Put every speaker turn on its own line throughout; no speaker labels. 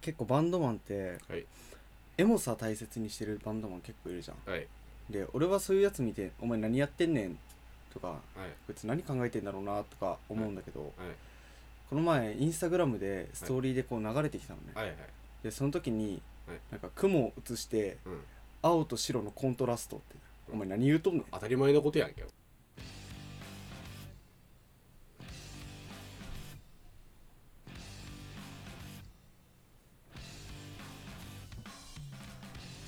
結構バンドマンって
はい
エモさ大切にしてるバンドマン結構いるじゃん
はい
で俺はそういうやつ見て「お前何やってんねん」とか
はい
「こいつ何考えてんだろうな」とか思うんだけど、
は
この前インスタグラムでストーリーでこう流れてきたのね、
いはいはい
でその時に
はい
なんか雲を映して
うん
青と白のコントラストって
うん
お前何言うとんねん
当たり前のことやんけ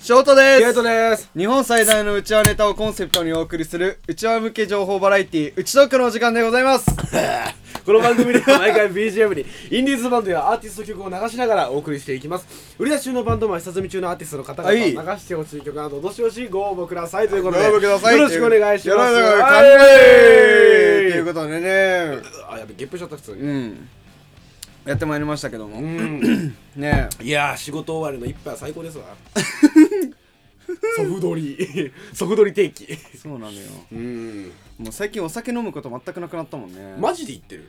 翔太で
ゲ
す
ートです
日本最大のうちわネタをコンセプトにお送りするうちわ向け情報バラエティうちトークのお時間でございます
この番組では毎 回 BGM にインディーズバンドやアーティスト曲を流しながらお送りしていきます売り出し中のバンドマン下積み中のアーティストの方々
は
を
い
流してほしい曲などどしどしご応募くださいということで
ご応募ください
よろしくお願いします
よろしくお願いします
は
ということでね
あやべゲップしちゃった普通に
うんやってまいりましたけども
う
ね
ん
え
いやー仕事終わりの一杯は最高で すわソフドリソフドリ定期
そうなのよ
うん
もう最近お酒飲むこと全くなくなったもんね
マジで言ってる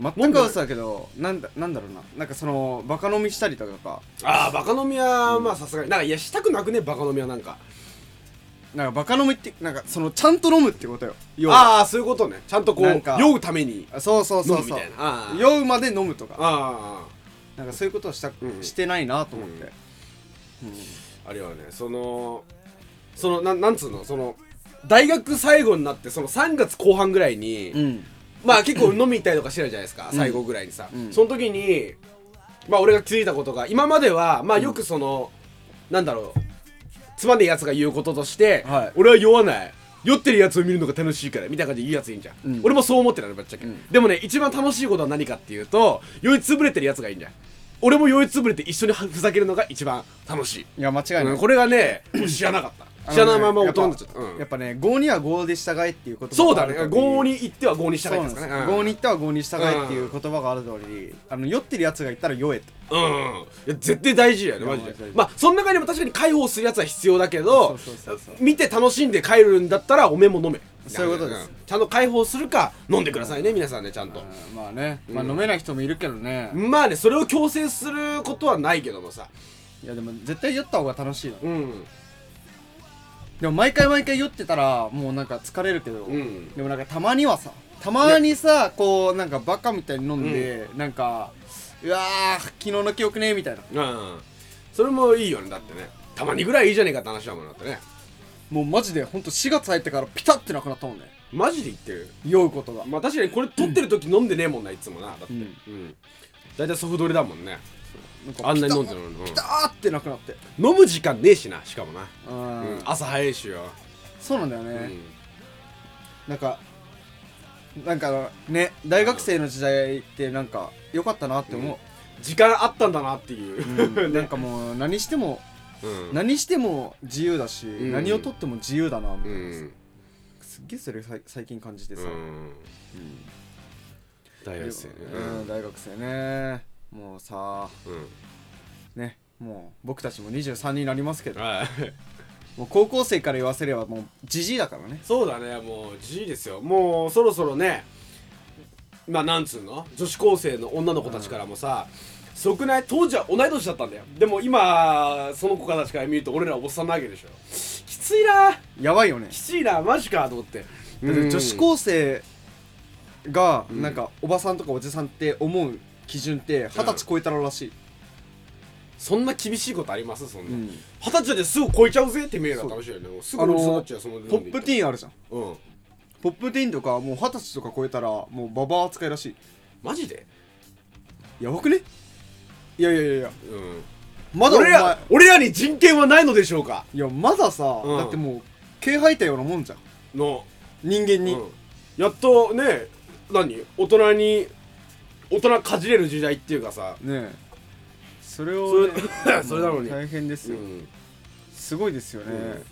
全くはそうだけどなんだなんだろうななんかそのバカ飲みしたりとか
ああバカ飲みはまあさすがになんかいやしたくなくねバカ飲みはなんか
なんかバカ飲みってなんかそのちゃんと飲むってことよ要は
ああそういうことねちゃんとこ
なん
う
か
酔うために
そうそう
飲
そ
む
う
み
そ
た
う
いなあー
酔うまで飲むとか
あ
なんかそういうことはした
うん
してないなと思って
ーあれはねそのそのなんなんつうのその大学最後になってその3月後半ぐらいに、
うん
まあ結構飲み行ったりとかしてたじゃないですか、
うん
最後ぐらいにさ、
うん
その時にまあ俺が気づいたことが今まではまあよくその、なんだろうつまんねえやつが言うこととして、
はい
俺は酔わない酔ってるやつを見るのが楽しいからみたいな感じで言うやついいんじゃん、
うん
俺もそう思ってたのぶっちゃけ、
うん
でもね一番楽しいことは何かっていうと酔いつぶれてるやつがいいんじゃん俺も酔いつぶれて一緒にふざけるのが一番楽しい、
いや間違いな
うん
い
これがね俺知らなかった
あのね
知らないまま大人になっちゃった、
やっぱ
うん
やっぱね5には5で従えっていう言葉が
そうだ
あ
ね
る通り
合に行っては合にした
そう
らいい
なんで
で
すす
かね
5に行ったら5に従えっていう言葉がある通りあの酔ってるやつがいたら酔えと
うんいや絶対大事だよね
いや
マジで
マジで
まあその中にも確かに解放するやつは必要だけど
そうそうそう
見て楽しんで帰るんだったらおめも飲め
そういうことです
んちゃんと解放するか飲んでくださいね皆さんねちゃんと
うんまあねまあ飲めない人もいるけどね
まあねそれを強制することはないけどもさ
いやでも絶対酔った方が楽しいの
うん
でも毎回毎回酔ってたらもうなんか疲れるけど、
うん
でもなんかたまにはさたまにさこうなんかバカみたいに飲んで、なんかうわー昨日の記憶ねみたいな
うんそれもいいよねだってねたまにぐらいいいじゃねえかって話だもんだってね
もうマジでほんと4月入ってからピタッてなくなったもんね
マジで言ってる
酔うことが
まあ確かにこれ撮ってる時飲んでねえもんないつもなだってう
うん
ん大体ソフトレだもんね
なんか
あんなに飲んでるのにうん
ピタッてなくなって
飲む時間ねえしなしかもな
うん、
うん朝早いしよ、
そうなんだよね、
うん
なんかなんかね大学生の時代ってなんか良かったなって思、
時間あったんだなっていうう、
うんなんかもう何しても
うん
何しても自由だし、
ん
何をとっても自由だなみ
う
たいな、
ん
すっげえそれさい最近感じてさ、
うん大
大
学
学生
生ね
ね、うん大学生ねもうさ
うん、うん
ねもう僕たちも23になりますけど
はい
もう高校生から言わせればもうじじいだからね
そうだねもうじいですよもうそろそろねまあなんつうの女子高生の女の子たちからもさ、すごくない当時は同い年だったんだよでも今その子たちから見ると俺らはおっさんなわけでしょきついな
やばいよね
きついなマジかと思って
だって女子高生が
うん
なんかおばさんとかおじさんって思う基準って二十歳超えたららしい、
そんな厳しいことありますそんな、
うん
二十歳ですぐ超えちゃうぜって見えるのは楽しいよねもうすぐ
あの
おじさんになっちゃうその
ポップテ
ィ
ィーンあるじゃん
ーンうん
ポップティーンとかもう二十歳とか超えたらもうババア扱いらし
マジで
いやばくねいやいやいやいや
うん
まだお
俺
前
ら俺らに人権はないのでしょうか
いやまださ、
うん
だってもう毛吐いたようなもんじゃん
の、
人間に、
うんやっとね何大人に大人かじれる時代っていうかさ、
ねえそれをね、
それ それなのに
もう大変で
う
すよ、
ん、
すごいですよね、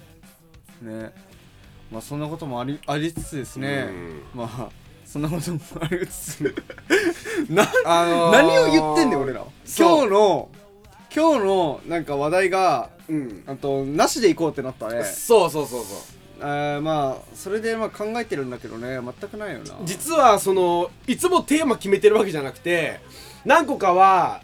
ねまあそんなこともありありつつですね、まあそんなこともありつつ な
あのー
何を言ってんだよ俺ら
そ
今日の今日のなんか話題が
うん
あとなしで行こうってなったね
そうそうそうそう
えーまあそれでまあ考えてるんだけどね全くないよな
実はそのいつもテーマ決めてるわけじゃなくて何個かは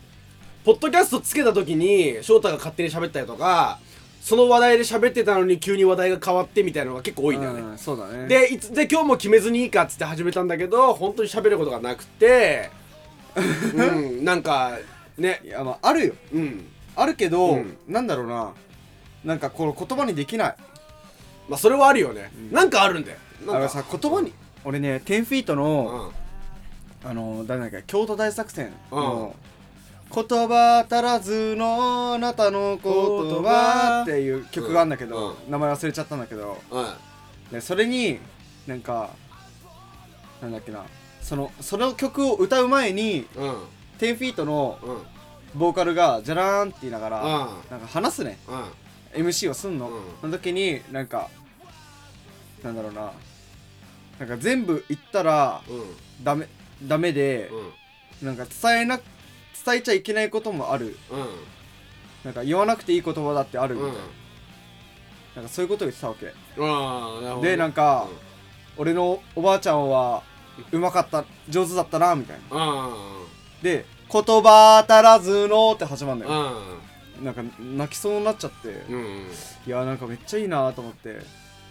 ポッドキャストつけた時に翔太が勝手に喋ったりとかその話題で喋ってたのに急に話題が変わってみたいなのが結構多いんだよね、
うんそうだね
でいつで今日も決めずにいいかっつって始めたんだけど本当に喋ることがな くてうんなんかね
いやまああるよ
うん
あるけど、
うん
なんだろうななんかこの言葉にできない
まあそれはあるよね、なんかあるんだよなん
あ
か
のさ言葉に俺ね10フィート
う
の、
ん
あの誰だっけ京都大作戦の、言葉足らずのあなたの言葉っていう曲があるんだけど、
うん
名前忘れちゃったんだけど
うん
でそれになんかなんだっけなそのその曲を歌う前に
うんうん
10フィートの
うん
ボーカルが「じゃらーん」って言いながら、
うん
なんか話すね
うん
MC をすんの、
うん
その時になんかなんだろうななんか全部言ったら
う
ダメダメで、
ん
なんか伝えな伝えちゃいけないこともある
うん
なんか言わなくていい言葉だってあるみた
う
い
ん
な,、なんかそういうことを言ってたわけ
ああなるほどね
でなんか、俺のおばあちゃんはうまかった上手だったなみたいな
うんうん
で「言葉足らずの」って始まるんだ
う
よ、
ん
なんか泣きそうになっちゃって、
う
い
ん
やなんかめっちゃいいなと思って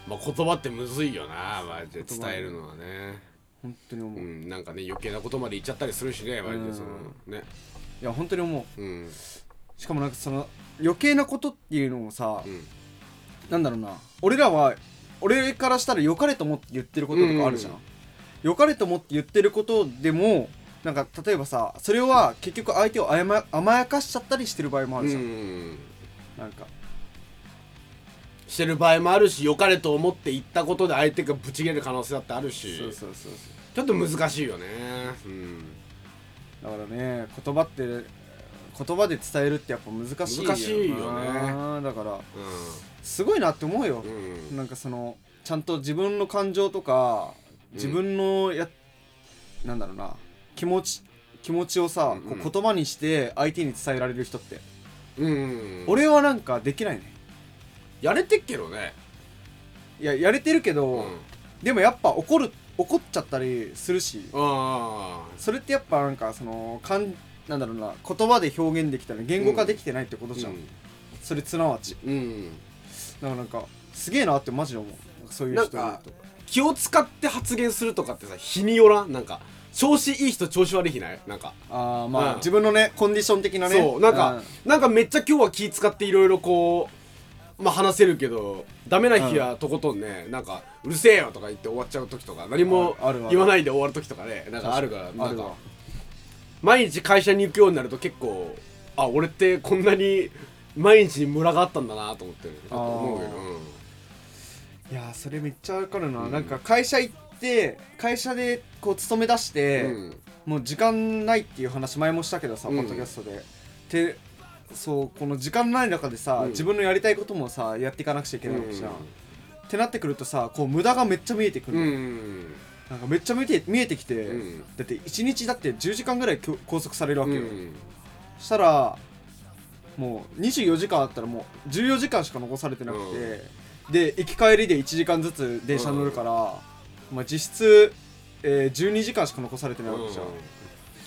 まあ言葉ってむずいよなマジで伝えるのはね
本当に思
う
う、い
んなんかね余計なことまで言っちゃったりするしねマジでそのね
や本当に思う
うん
しかもなんかその余計なことっていうのもさ、
うん
なんだろうな俺らは俺からしたら良かれと思って言ってることとかあるじゃん、
うん
良かれと思って言ってることでもなんか例えばさそれは結局相手をあやま甘やかしちゃったりしてる場合もあ
う
るじゃん、
ん
なんか
してる場合もあるし良かれと思って言ったことで相手がぶち切れる可能性だってあるし
そうそうそうそ
ちょっと難しいよねうん
うだからね言葉って言葉で伝えるってやっぱ難しいよな
難しいよ
だから
う
すごいなって思うよ、
んうん
なんかそのちゃんと自分の感情とか自分のや、なんだろうな気持ち気持ちをさ、
うんうん
こう言葉にして相手に伝えられる人って、
うん
俺はなんかできないね
やれてっけどね
いややれてるけ
う
ど、
ん
でもやっぱ怒る怒っちゃったりするし
あ
それってやっぱなんかそのかんなんだろうな言葉で表現できたり言語化できてないってことじゃん、それすなわち
うんうん
だからなんかすげえなってマジで思うそういう人いると
なんか気を使って発言するとかってさ日によらんなんか調子いい人調子悪い日ないなんか
ああまあ、
うん
自分のねコンディション的なね
そうなんか、なんかめっちゃ今日は気使っていろいろこうまあ話せるけどダメな日はとことんね、なんかうるせえよとか言って終わっちゃう時とか何も
あるあるある
言わないで終わる時とかねなんかあるから
あ
なん
る
か
わ
毎日会社に行くようになると結構あ俺ってこんなに毎日にムラがあったんだなと思ってるちょっと思うけど
あー
うん
いやーそれめっちゃわかるな、
うん
なんか会社行って会社でこう勤め出して、
うん
もう時間ないっていう話前もしたけどさ、
うん
ポッドキャストででそうこの時間ない中でさ、
うん
自分のやりたいこともさやっていかなくちゃいけないわけじゃん、
う
っ
ん
てなってくるとさこう無駄がめっちゃ見えてくる、
うん
なんかめっちゃ見て見えてきて、
うん
だって1日だって10時間ぐらいきょ拘束されるわ
う
けよ、
ん
したらもう24時間あったらもう14時間しか残されてなくて、で行き帰りで1時間ずつ電車乗るから、まあ、実質、えー12時間しか残されてないわけじゃん、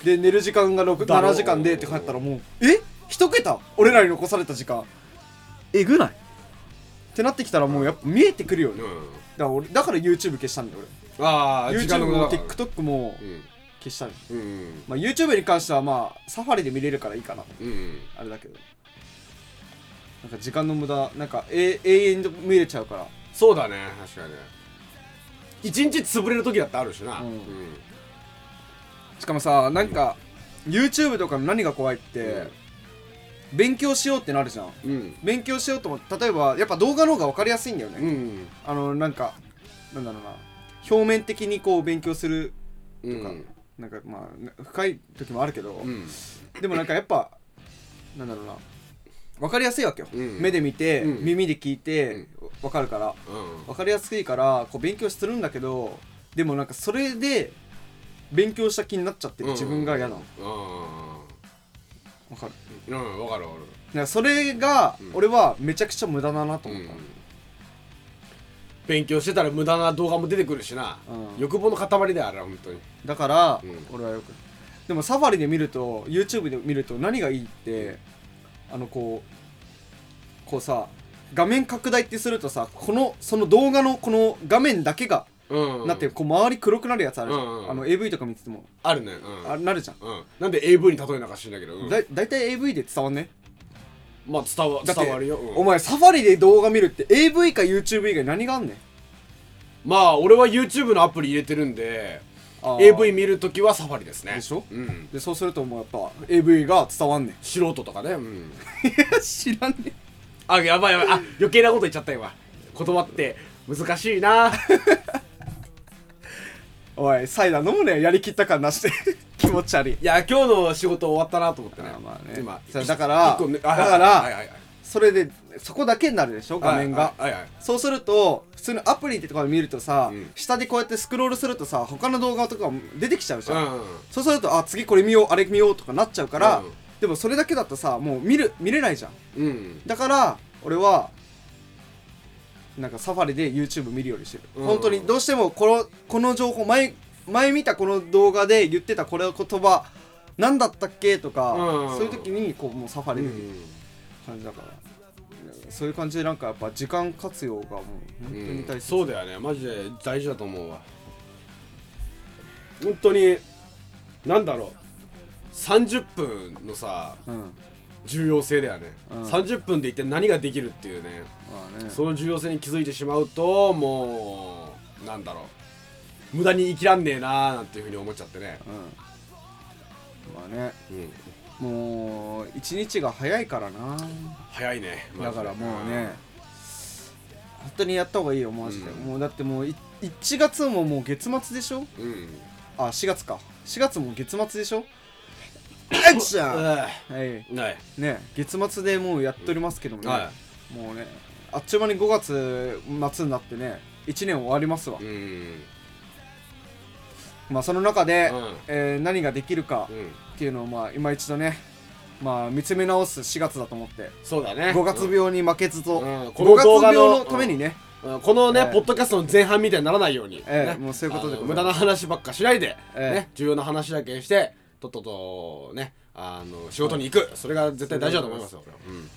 で寝る時間が6
だろう
7時間でって帰ったらもうえ一桁俺らに残された時間えぐないってなってきたらもうやっぱ見えてくるよね、だ
うん
から俺だから YouTube 消したんだよ
ああ
俺 YouTube も TikTok も
うん
消したね、
うん
まあ、YouTube に関してはまあサファリで見れるからいいかな
うん
あれだけどなんか時間の無駄なんかえ永遠に見れちゃうから
そうだね確かに一日潰れる時だってあるしな
う
うんん
しかもさなんか YouTube とかの何が怖いって、勉強しようってなるじゃん
うん
勉強しようと思って例えばやっぱ動画の方が分かりやすいんだよね、
うん
あのなんかなんだろうな表面的にこう勉強する
う
とか、
ん
なんかまあな深い時もあるけど、
うん
でもなんかやっぱなんだろうな分かりやすいわけよ、
うん
目で見て、
うん
耳で聞いて、分かるから分かりやすいからこう勉強するんだけどでもなんかそれで勉強した気になっちゃってる自分が嫌なの
う
分かる
んうんうんわかるわか
だからそれが
うん
俺はめちゃくちゃ無駄だなと
る
思った、
勉強してたら無駄な動画も出てくるしな
うん
欲望の塊であれは本当に
だから、
うん
俺はよくでもサファリで見ると YouTube で見ると何がいいってあのこうこうさ画面拡大ってするとさこのその動画のこの画面だけが、
うん
なってこう周り黒くなるやつあるじゃん、
うんうん
あの AV とか見てても
あるねうん
あなるじゃん、
うんなんで AV に例えなんか知んだけどうん
だだいたい AV で伝わんね
まあ伝わ
だって
伝わるようん
お前サファリで動画見るって AV か YouTube 以外何があんねん
まあ俺は YouTube のアプリ入れてるんで
あー
AV 見るときはサファリですね
でしょ
うん
でそうするともうやっぱ AV が伝わんねん
素人とかねうん
知らんね
あやばいやばいあ余計なこと言っちゃった今言葉って難しいな
おいサイダー飲むねやりきった感なして 気持ち悪い
いや今日の仕事終わったなと思ってね
あーまあね
今
そうだから
一個ね
だ
あはい
から
はいはいはい
それでそこだけになるでしょ画面が、
はいはいはい
そうすると普通のアプリとかで見るとさ、
うん
下でこうやってスクロールするとさ他の動画とかも出てきちゃうじゃん、
うん
そうするとあ次これ見ようあれ見ようとかなっちゃうから、
うん
でもそれだけだとさもう見る見れないじゃん
うん
だから俺はなんかサファリで YouTube 見るようにしてる、
うん
本当にどうしてもこのこの情報前前見たこの動画で言ってたこれの言葉何だったっけとか、
う
そ
ん
ういう時にこうもうサファ
う
リで見る
ん
感じだから、そういう感じでなんかやっぱ時間活用がもう本当に
う
大
ん、
切、
そうだよねマジで大事だと思うわ本当になんだろう30分のさ
うんま
重要性だよね、
うん
30分で一体何ができるっていうね、
あね
その重要性に気づいてしまうともうなんだろう無駄に生きらんねえなーなんていうふうに思っちゃってね、
うんまあね
うん、
もう一日が早いからな
早いねマ
だ
ジで
からもうね本当にやった方がいいよマジで、
うん
もうだってもうい1月ももう月末でしょ
うん、うん
あ4月か4月も月末でしょあっちゃんは
はいいない、
ね月末でもうやっておりますけどもね、
は
もうねあっちゅう間に5月末になってね1年終わりますわ
い、う、ん
まあその中で、
うん
えー何ができるか
うん
っていうのをまあ今一度ねまあ見つめ直す4月だと思って
そうだね
5月
うん
病に負けずと、
うんこの
5月
動画
病の
の
ためにね、
うんこのね、
ええ
ポッドキャストの前半みたいにならないように、
ええ
ね
もうそういうことで
あ
ご
の
ざ
無
います
駄な話ばっかしないで、
ええ
ね、重要な話だけしてとっととねあの仕事に行く、それが絶対大事だと思いますよ、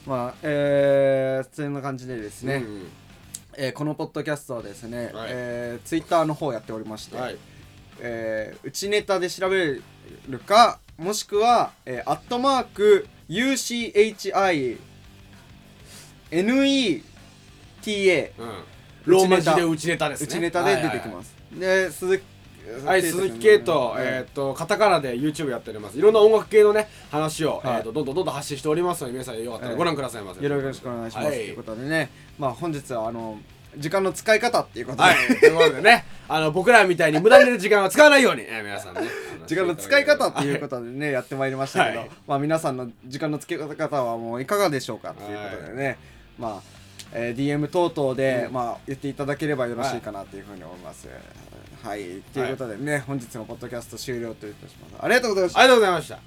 まあえー、そんな感じでです
俺は
ね、
うん
えーこのポッドキャストはですね、
はい
えー、ツイッターの方やっておりまして、
はい
えー、うちネタで調べるかもしくは、えー、アットマーク UCHINETA
うん、ローマ字で
う
うちネタですね
うちネタで出てき
す
ます、で鈴木
はい、鈴木圭と、えっ、と、カタカナで YouTube やっております。いろんな音楽系のね、話を、
はい
えっ、と、どんどんどんどん発信しておりますので、皆さんよかったらご覧くださいませ。
よろしくお願いします、
は
とい
いう
ことでねまあ本日はあの時間の使い方っていうことで、
はい、ということでね、あの、僕らみたいに無駄に出る時間は使わないように、えー皆さんね。あ
時間の使い方っていう
は
ことでね、やってまいりましたけど、
はい
まあ皆さんの時間の付け方はもういかがでしょうかということでね、まあ、えー DM 等々で、
うん
まあ言っていただければよろしいかなというふうに思います。はい、ということでね、本日のポッドキャスト終了といたします。ありがとうございました
ありがとうございました。